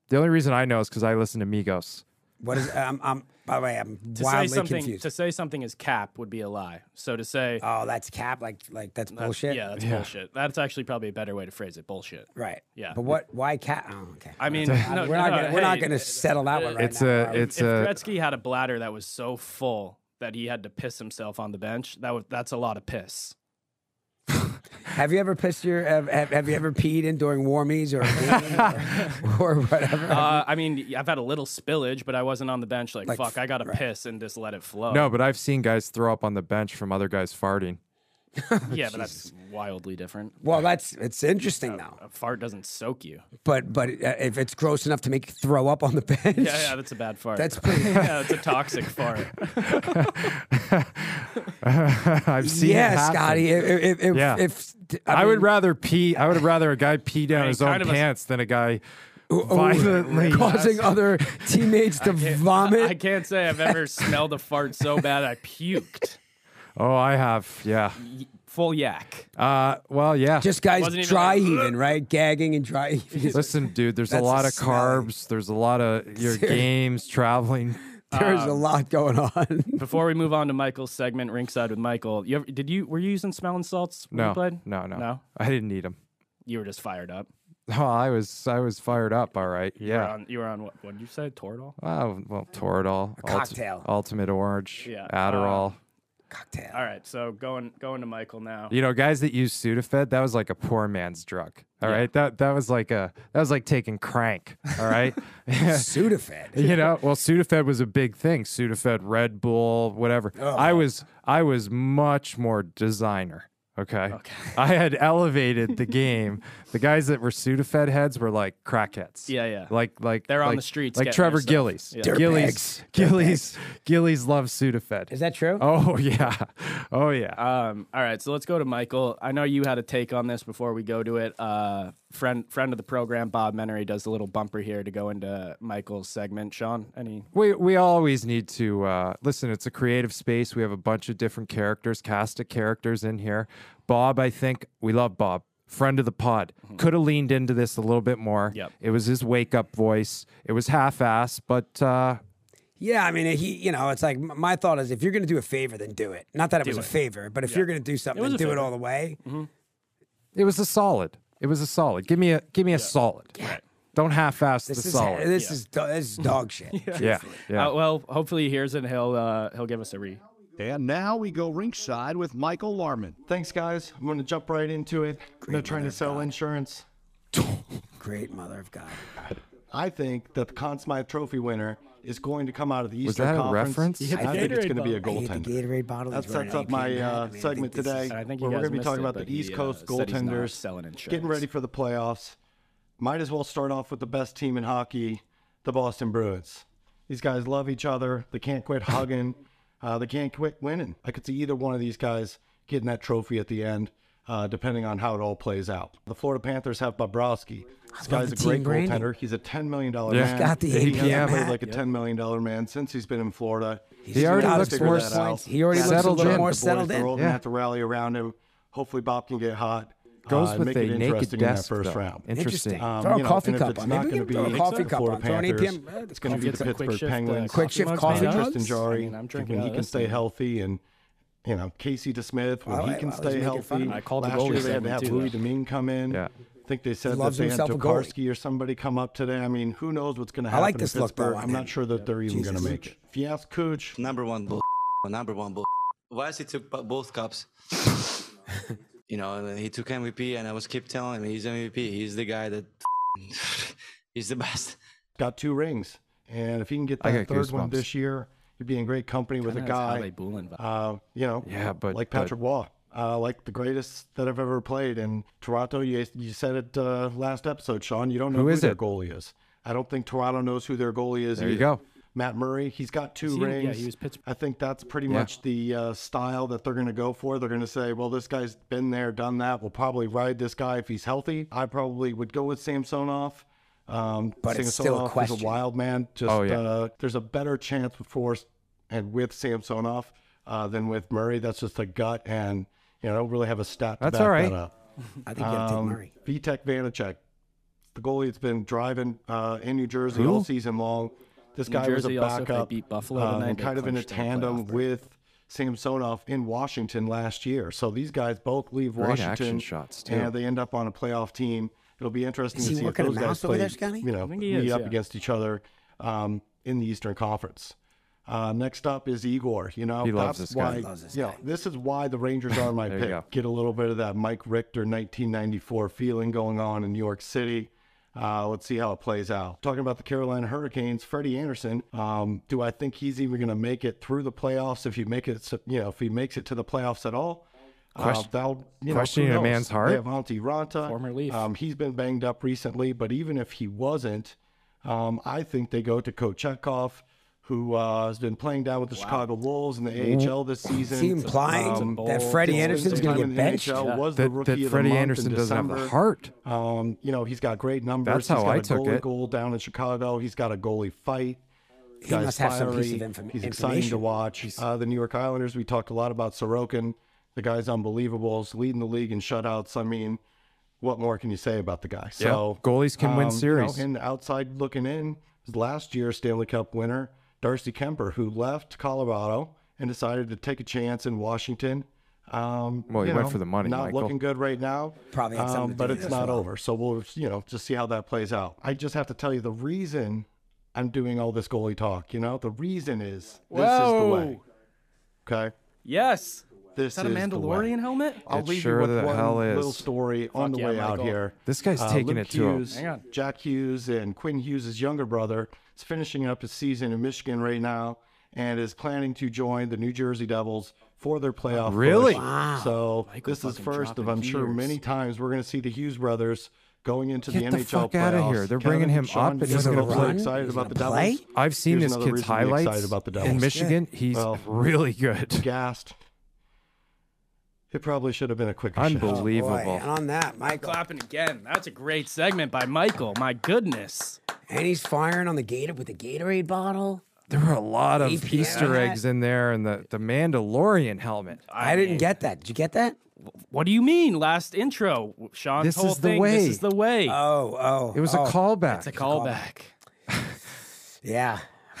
S3: The only reason I know is because I listen to Migos.
S4: What is? I'm. I'm by the way, I'm
S5: To say
S4: wildly
S5: something
S4: confused.
S5: to say something is cap would be a lie. So to say
S4: oh, that's cap. Like, like that's
S5: that's-
S4: bullshit.
S5: Yeah, that's bullshit. That's actually probably a better way to phrase it. Bullshit.
S4: Right.
S5: Yeah.
S4: But what? Why cat? Oh, okay.
S5: I mean,
S4: I mean,
S5: no,
S4: we're not.
S5: no,
S4: gonna, uh, we're not
S5: hey,
S4: going to settle that one right
S3: It's
S4: now.
S3: a
S4: bro.
S3: it's
S5: if
S3: a
S5: Gretzky had a bladder that was so full that he had to piss himself on the bench, that was that's a lot of piss.
S4: have you ever pissed your? Have, have, have you ever peed in during warmies or a game or, or whatever?
S5: Uh, I mean, I've had a little spillage, but I wasn't on the bench. Like,
S4: Like,
S5: fuck, I gotta
S4: right.
S5: piss and just let it flow.
S3: no, but I've seen guys throw up on the bench from other guys farting. [laughs]
S5: yeah, but that's wildly different.
S4: well, that's it's interesting though.
S5: A fart doesn't soak
S4: [laughs]
S5: you.
S4: But but uh, if it's gross enough to make you throw up on the [laughs] bench,
S5: Yeah, yeah, that's a bad fart.
S4: that's pretty.
S5: [laughs] yeah, it's a toxic fart.
S3: I've seen.
S4: [laughs]
S3: it
S4: yeah,
S3: happen.
S4: Scotty. If if, if,
S3: Yeah.
S4: if
S3: I,
S4: mean,
S3: would rather pee. I would rather a guy pee down
S5: mean,
S3: his own
S5: kind of a-
S3: pants than a guy
S4: oh, [laughs]
S3: violently.
S4: causing other teammates to vomit.
S5: I can't say I've ever smelled a fart so bad I puked.
S3: Oh, I have. Yeah.
S5: Full yak.
S3: Uh, well, yeah.
S4: Just guys
S5: Wasn't even
S4: dry
S5: like-
S4: heaving, right? Gagging and dry heaving. [laughs]
S3: Listen, dude, there's a
S4: That's a
S3: lot of
S4: smelly-
S3: carbs. There's a lot of your games, traveling.
S4: There's a lot going on.
S5: Before we move on to Michael's segment, ringside with Michael, you ever, did you were you using smelling salts when
S3: No,
S5: you played?
S3: no, no,
S5: No?
S3: I didn't need them.
S5: You were just fired up.
S3: [laughs] Oh, I was, I was fired up. All right,
S5: You were
S3: yeah.
S5: on, you were on what? What did you say? Toradol.
S3: Oh, well, Toradol, Ulti-
S4: cocktail.
S3: Ultimate Orange,
S5: Yeah, uh,
S3: Adderall.
S4: Cocktail.
S5: All right, so going going to Michael now.
S3: you know, guys that use Sudafed, that was like a poor man's drug. All right, that that was like a that was like taking crank. All right, [laughs]
S4: Sudafed.
S3: you know well sudafed was a big thing sudafed red bull whatever
S5: Oh,
S3: i was i was much more designer okay? [laughs] i had elevated the game the guys that were sudafed heads were like crackheads
S5: Yeah, yeah.
S3: like like
S5: They're on
S3: like-
S5: the streets
S3: like
S5: getting
S3: trevor
S5: their stuff.
S3: gillies
S5: Yeah.
S3: gillies gillies gillies loves sudafed
S4: Is that true?
S3: oh [laughs] yeah oh yeah
S5: Um, all right, so let's go to Michael. I know you had a take on this before we go to it. Uh, friend friend of the program, Bob Menery, does a little bumper here to go into Michael's segment. Sean, any?
S3: We we always need to uh, listen. It's a creative space. We have a bunch of different characters, cast of characters in here. Bob, I think we love Bob, friend of the pod.
S9: Mm-hmm.
S3: Could have leaned into this a little bit more.
S5: Yep.
S3: It was his wake up voice. It was half assed, but uh,
S4: Yeah, I mean, he, you know, it's like m- my thought is if you're going to do a favor, then do it. Not that it was a favor, but if you're going to do something, then
S5: was a
S4: do it
S5: favor.
S4: all the way.
S3: it was a solid. It was a solid. Give me a give me a solid. Don't half ass the
S4: This is
S3: solid.
S4: this is do- this is dog shit.
S3: yeah. Yeah.
S5: Uh, well, hopefully he hears it. And he'll uh, he'll give us a re.
S10: And now we go ringside with Michael Larman.
S9: Thanks, guys. I'm going to jump right into it. I'm not trying to sell insurance.
S4: Great mother of God.
S9: I think that the Conn Smythe Trophy winner is going to come out of the Eastern
S3: Was that a
S9: Conference.
S3: reference? He hit
S9: I think it's going to
S4: I
S9: be a
S4: hate the
S9: goaltender.
S4: Gatorade bottle.
S9: That
S4: he's wearing.
S9: sets
S4: I
S9: up
S4: can't
S5: E
S9: my
S4: imagine,
S9: uh,
S4: man. I think
S9: segment
S4: this
S9: today,
S4: is-
S5: I think you
S9: where we're
S5: guys
S9: going to be
S5: missed
S9: talking
S5: it,
S9: about
S5: but
S9: the
S5: he,
S9: East
S5: uh,
S9: Coast
S5: said he's not
S9: goaltenders
S5: selling
S9: getting
S5: insurance.
S9: ready for the playoffs. Might as well start off with the best team in hockey, the Boston Bruins. These guys love each other. They can't
S5: [laughs]
S9: quit hugging. Uh, they can't quit winning. I could see either one of these guys getting that trophy at the end, uh, depending on how it all plays out. The Florida Panthers have Bobrovsky. This guy's
S4: the
S9: a great
S4: team branding.
S9: goaltender. He's a $10 million
S3: Yeah.
S9: man.
S3: He's
S4: got the
S9: he
S4: APM.
S9: hasn't played like a $10 million man since he's been in Florida.
S3: He already
S4: gotta
S3: looks
S4: figure
S3: more
S4: that out.
S9: settled
S4: He already looks a
S3: settled
S4: little
S3: in.
S4: more
S9: the boys,
S4: settled
S9: They're all
S4: in.
S9: gonna
S3: Yeah.
S9: have to rally around him. Hopefully, Bob can get hot.
S3: Goes
S9: uh,
S3: with
S9: make
S3: a
S9: it
S3: naked
S9: interesting
S3: desk
S9: in that first
S3: though.
S9: round.
S3: Interesting.
S4: Interesting.
S9: Um,
S4: throw
S9: you
S4: a
S9: know,
S4: coffee
S9: and if
S4: cup
S9: it's
S4: on.
S9: not
S4: Maybe we can
S9: gonna
S4: throw
S9: be
S4: a coffee cup
S9: Florida
S4: on. Throw an
S9: Panthers,
S4: APM. uh,
S9: It's going to be
S5: Get
S9: the
S5: some quick
S9: Pittsburgh
S5: shift, uh,
S9: Penguins.
S4: Quick shift
S5: mugs
S4: coffee
S5: made up?
S4: mugs?
S9: Tristan
S5: I
S9: Jari,
S5: mean, I'm
S9: when
S5: drinking
S9: he
S5: out of
S9: can
S5: this
S9: stay
S5: thing.
S9: healthy, and you know Casey DeSmith when
S4: Wow,
S9: he
S4: wow,
S9: can
S4: he's
S9: stay
S4: making fun of
S9: healthy.
S4: me. I
S5: called the
S9: Last
S5: goalie
S9: year they had to
S5: segment,
S9: have
S5: too.
S9: Louis Domingue come in.
S3: Yeah.
S9: I think they said that
S4: loves
S9: they had
S4: himself a goalie.
S9: Tokarski or somebody come up today. I mean, who knows what's going to
S4: I
S9: happen?
S4: like
S9: in
S4: this look, though.
S9: Pittsburgh.
S4: I
S9: I'm
S4: mean,
S9: not sure that they're even going to
S4: Jesus.
S9: make it. If you ask Cooch,
S11: number one bull, number one bull. Why he took bo- both cups? [laughs] you know, and he took MVP, and I was keep telling him he's MVP. He's the guy that [laughs] he's the best.
S9: got two rings, and if he can get
S3: I
S9: that
S3: got
S9: third one
S3: goosebumps.
S9: this year, he'd be in great company with a
S5: Kinda that's how they
S9: guy.
S5: bull invite.
S9: Uh, you know,
S3: Yeah, but-
S9: like
S3: but-
S9: Patrick Waugh, uh, like the greatest that I've ever played. And Toronto, you, you said it uh, last episode, Sean. You don't know
S3: Who
S9: who,
S3: is
S9: their
S3: it?
S9: goalie is. I don't think Toronto knows who their goalie is.
S3: There you
S9: either.
S3: go.
S9: Matt Murray, he's got two
S5: Is he- yeah,
S9: rings.
S5: he was Pittsburgh.
S9: I think that's pretty much the uh, style that they're going to go for. They're going to say, well, this guy's been there, done that. We'll probably ride this guy if he's healthy. I probably would go with Samsonov. Um,
S4: But it's still a
S9: Samsonov is
S4: question.
S9: wild man. Just
S3: Oh, yeah.
S9: uh, there's a better chance for us and with Samsonov uh, than with Murray. That's just a gut, and you know, I don't really have a stat. To
S3: That's
S9: back
S3: all right.
S9: That up.
S4: I think you got to take
S9: Um,
S4: Murray.
S9: Vitek Vanacek, the goalie that's been driving uh, in New Jersey all season long. This
S5: New
S9: guy was
S5: Jersey
S9: a
S5: also, they
S9: backup,
S5: beat Buffalo
S9: uh,
S5: tonight.
S9: and
S5: They
S9: kind of in a
S5: clinched the playoff
S9: tandem
S5: berth.
S9: with Samsonov in Washington last year. So these guys both leave
S3: Great action
S9: Washington,
S3: shots, too.
S9: and they end up on a playoff team. It'll be interesting
S4: Is
S9: to
S4: he
S9: see if
S4: working a
S9: those guys
S4: mouse over
S9: play.
S4: there, Scotty?
S9: you know,
S5: think he
S9: meet
S5: is,
S9: up
S5: yeah.
S9: against each other um, in the Eastern Conference. Uh, next up is Igor. You know,
S3: He loves
S9: that's
S3: this guy.
S9: why.
S3: He
S4: loves this
S9: yeah,
S4: guy.
S9: this is why the Rangers are
S3: [laughs]
S9: my
S3: There you go.
S9: pick. Get a little bit of that Mike Richter 1994 feeling going on in New York City. Uh, let's see how it plays out. Talking about the Carolina Hurricanes, Freddie Anderson. Um, do I think he's even going to make it through the playoffs? If he make it, you know, if he makes it to the playoffs at all, Uh,
S3: Question-
S9: that'll, you know, who
S3: questioning a
S9: knows?
S3: man's heart?
S9: They have Auntie Ranta.
S5: Former Leaf.
S9: Um, he's been banged up recently, but even if he wasn't, um, I think they go to Kochetkov, who uh, has been playing down with the Chicago Wolves in the AHL this season.
S4: Mm-hmm. Is he implying that Freddie
S9: Spent
S4: Anderson's
S9: some
S4: going to
S9: time
S4: get
S9: in the
S4: benched?
S9: NHL, was the
S3: That,
S9: rookie
S3: that
S9: of the
S3: Freddie
S9: month in
S3: Anderson doesn't have the
S9: December.
S3: heart.
S9: Um, you know, he's got great numbers.
S3: That's
S9: He's
S3: how
S9: got
S3: I
S9: a
S3: took
S9: goalie
S3: it.
S9: Goal down in Chicago. He's got a goalie fight.
S4: He
S9: Guy's
S4: must have some piece
S9: fiery.
S4: of inform-
S9: He's exciting
S4: information.
S9: to watch. Uh, the New York Islanders. We talked a lot about Sorokin. The guy's unbelievable. He's leading the league in shutouts. I mean, what more can you say about the guy? So
S3: goalies can win
S9: um, you know,
S3: series.
S9: and outside looking in, is last year's Stanley Cup winner, Darcy Kemper, who left Colorado and decided to take a chance in Washington. Um,
S3: Well, he
S9: you
S3: went
S9: know,
S3: for the money,
S9: Not
S3: Michael.
S9: looking good right now.
S4: Probably had something to
S9: Um, but
S4: do with
S9: it's
S4: it as
S9: not
S4: well.
S9: over. So we'll, you know, just see how that plays out. I just have to tell you the reason I'm doing all this goalie talk. You know, the reason is this is the way.
S5: Whoa.
S9: Okay.
S5: Yes.
S9: This
S5: is that a
S9: is the way.
S5: Mandalorian helmet?
S9: I'll
S3: It
S9: leave
S3: sure
S9: you with
S3: the
S9: one
S3: hell is.
S9: little story on
S5: Fuck
S9: the
S5: yeah,
S9: way out
S5: Michael.
S9: here. Uh,
S3: This guy's taking
S9: Luke
S3: it to a-
S9: Hughes,
S5: Hang on.
S9: Jack Hughes and Quinn Hughes' younger brother is finishing up his season in Michigan right now and is planning to join the New Jersey Devils for their playoff.
S3: Really?
S9: push. So
S5: Michael
S9: this is
S5: fucking
S9: first of
S5: dropping
S9: I'm sure
S5: gears.
S9: many times we're going to see the Hughes brothers going into
S3: Get
S9: the
S3: the
S9: NHL
S3: fuck outta here.
S9: playoffs.
S3: They're
S9: Kevin
S3: bringing him
S9: Sean
S3: up and he's
S9: Degenkolb
S3: gonna
S9: is
S3: run?
S9: excited
S4: He's
S9: about the
S4: gonna play?
S9: Devils.
S3: I've seen
S9: Here's
S3: this
S9: another
S3: kid's
S9: reason to be
S3: highlights
S9: Excited about the
S3: in
S9: Devils.
S3: Michigan. He's
S9: Well,
S4: [laughs]
S3: really good.
S9: Gassed. It probably should have been a quicker shot.
S4: Boy,
S3: Unbelievable.
S4: and on that, Michael.
S5: Clapping again. That's a great segment by Michael. My goodness.
S4: And he's firing on the Gator with the Gatorade bottle.
S3: There were a lot of
S4: API.
S3: Easter eggs in there, and the the Mandalorian helmet.
S4: I, didn't get that. Did you get that?
S5: What do you mean? Last intro, Sean's
S3: This
S5: whole
S3: is the
S5: thing.
S3: way.
S5: This is the way.
S4: Oh, oh.
S3: It was
S4: oh.
S3: a callback.
S5: it's a callback.
S4: Yeah.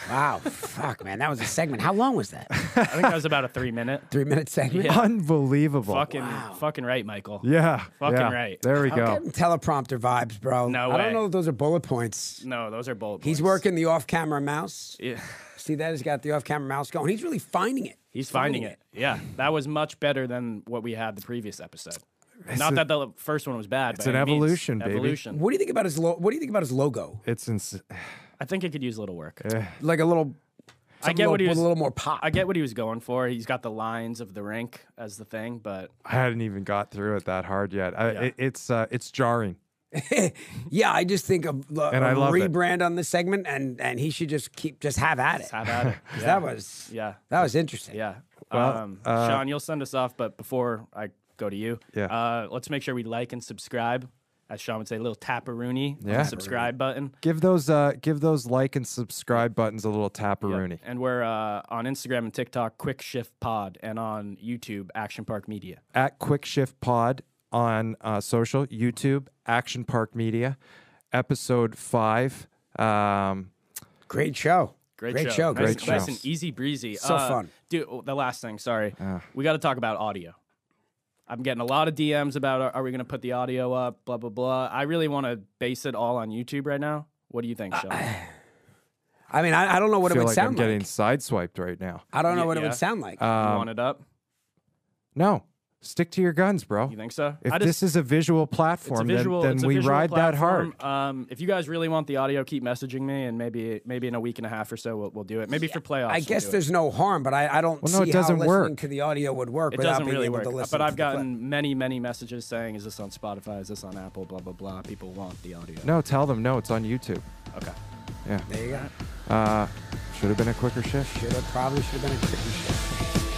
S4: Wow. [laughs] Fuck, man. That was a segment. How long was that?
S5: [laughs] I think that was about a three
S3: [laughs]
S5: minute.
S4: Three minute segment?
S5: Yeah.
S3: Unbelievable.
S5: fucking, fucking right, Michael.
S3: Yeah.
S5: Fucking
S3: yeah.
S5: right.
S3: There we
S4: I'm
S3: go.
S4: getting teleprompter vibes, bro.
S5: No
S4: I don't
S5: way.
S4: know if those are bullet points.
S5: No, those are bold.
S4: He's
S5: boys.
S4: working the off camera mouse.
S5: [laughs] Yeah.
S4: See that? He's got the off camera mouse going. He's really finding it.
S5: He's finding it. Yeah, that was much better than what we had the previous episode. Not
S3: a-
S5: that the first one was bad.
S3: it's
S5: by
S3: an
S5: any means.
S3: evolution, baby.
S5: Evolution.
S4: What do you think about his lo- what do you think about his logo?
S3: It's ins-
S5: I think it could use a little work.
S4: Like a little
S5: I
S4: something
S5: get
S4: little,
S5: what he
S4: with
S5: was.
S4: a little more pop.
S5: I get what he was going for. He's got the lines of the rink as the thing, but
S3: I hadn't even got through it that hard yet. I, it, it's uh, it's jarring.
S4: Yeah, I just think a, a
S3: And I
S4: a
S3: love it.
S4: rebrand on this segment and and he should just keep just have at it.
S5: have
S3: [laughs]
S5: at it.
S4: 'Cause
S5: Yeah.
S4: That was
S5: yeah,
S4: that was interesting.
S5: yeah.
S3: Well,
S5: um,
S3: uh,
S5: Sean, you'll send us off, but before I go to you,
S3: Yeah.
S5: uh, let's make sure we like and subscribe. As Sean would say, little taparoonie, on
S3: Yeah.
S5: the subscribe button.
S3: Give those uh, give those like and subscribe buttons a little
S5: Yep.
S3: taparoonie.
S5: And we're uh, on Instagram and TikTok, Quick Shift Pod, and on YouTube, Action Park Media.
S3: At Quick Shift Pod on uh, social, YouTube, Action Park Media, episode five. Um,
S4: Great show.
S5: Great,
S4: Great show.
S5: Nice,
S4: Great
S5: nice
S3: show.
S5: and easy breezy.
S4: So fun.
S5: Dude, oh, the last thing, sorry.
S3: Ah.
S5: We got to talk about audio. I'm getting a lot of DMs about uh, are, are we going to put the audio up, blah, blah, blah. I really want to base it all on YouTube right now. What do you think, Sean?
S4: I mean, I, I don't know what
S3: I
S4: it
S3: feel
S4: would
S3: like
S4: sound
S3: I'm getting
S4: like.
S3: sideswiped right now.
S4: I don't know
S5: Yeah,
S4: what it
S5: yeah.
S4: would sound like.
S5: you
S3: Um,
S5: want it up?
S3: no, stick to your guns, bro.
S5: You think so?
S3: If
S5: I just-
S3: this is a visual
S5: it's a
S3: platform, then-
S5: visual,
S3: then,
S5: it's a
S3: we
S5: visual
S3: ride that hard.
S5: platform. Um, if you guys really want the audio, keep messaging me, and maybe maybe in a week and a half or so we'll, we'll do it. Maybe for playoffs.
S4: I
S5: we'll
S4: guess
S5: do it.
S4: there's no harm, but I, I don't
S3: Well,
S4: see
S3: no, it doesn't
S4: how listening
S3: work.
S4: to the audio would work
S5: It
S4: without
S5: doesn't
S4: being
S5: really
S4: able
S5: work.
S4: to listen.
S5: But
S4: to
S5: I've
S4: the clip.
S5: gotten many, many messages saying, "Is this on Spotify? Is this on Apple? Blah blah blah." People want the audio.
S3: No, tell them no. It's on YouTube.
S5: Okay.
S3: Yeah,
S4: There you go.
S3: should have been a quicker shift.
S4: Should have probably should have been a tricky show.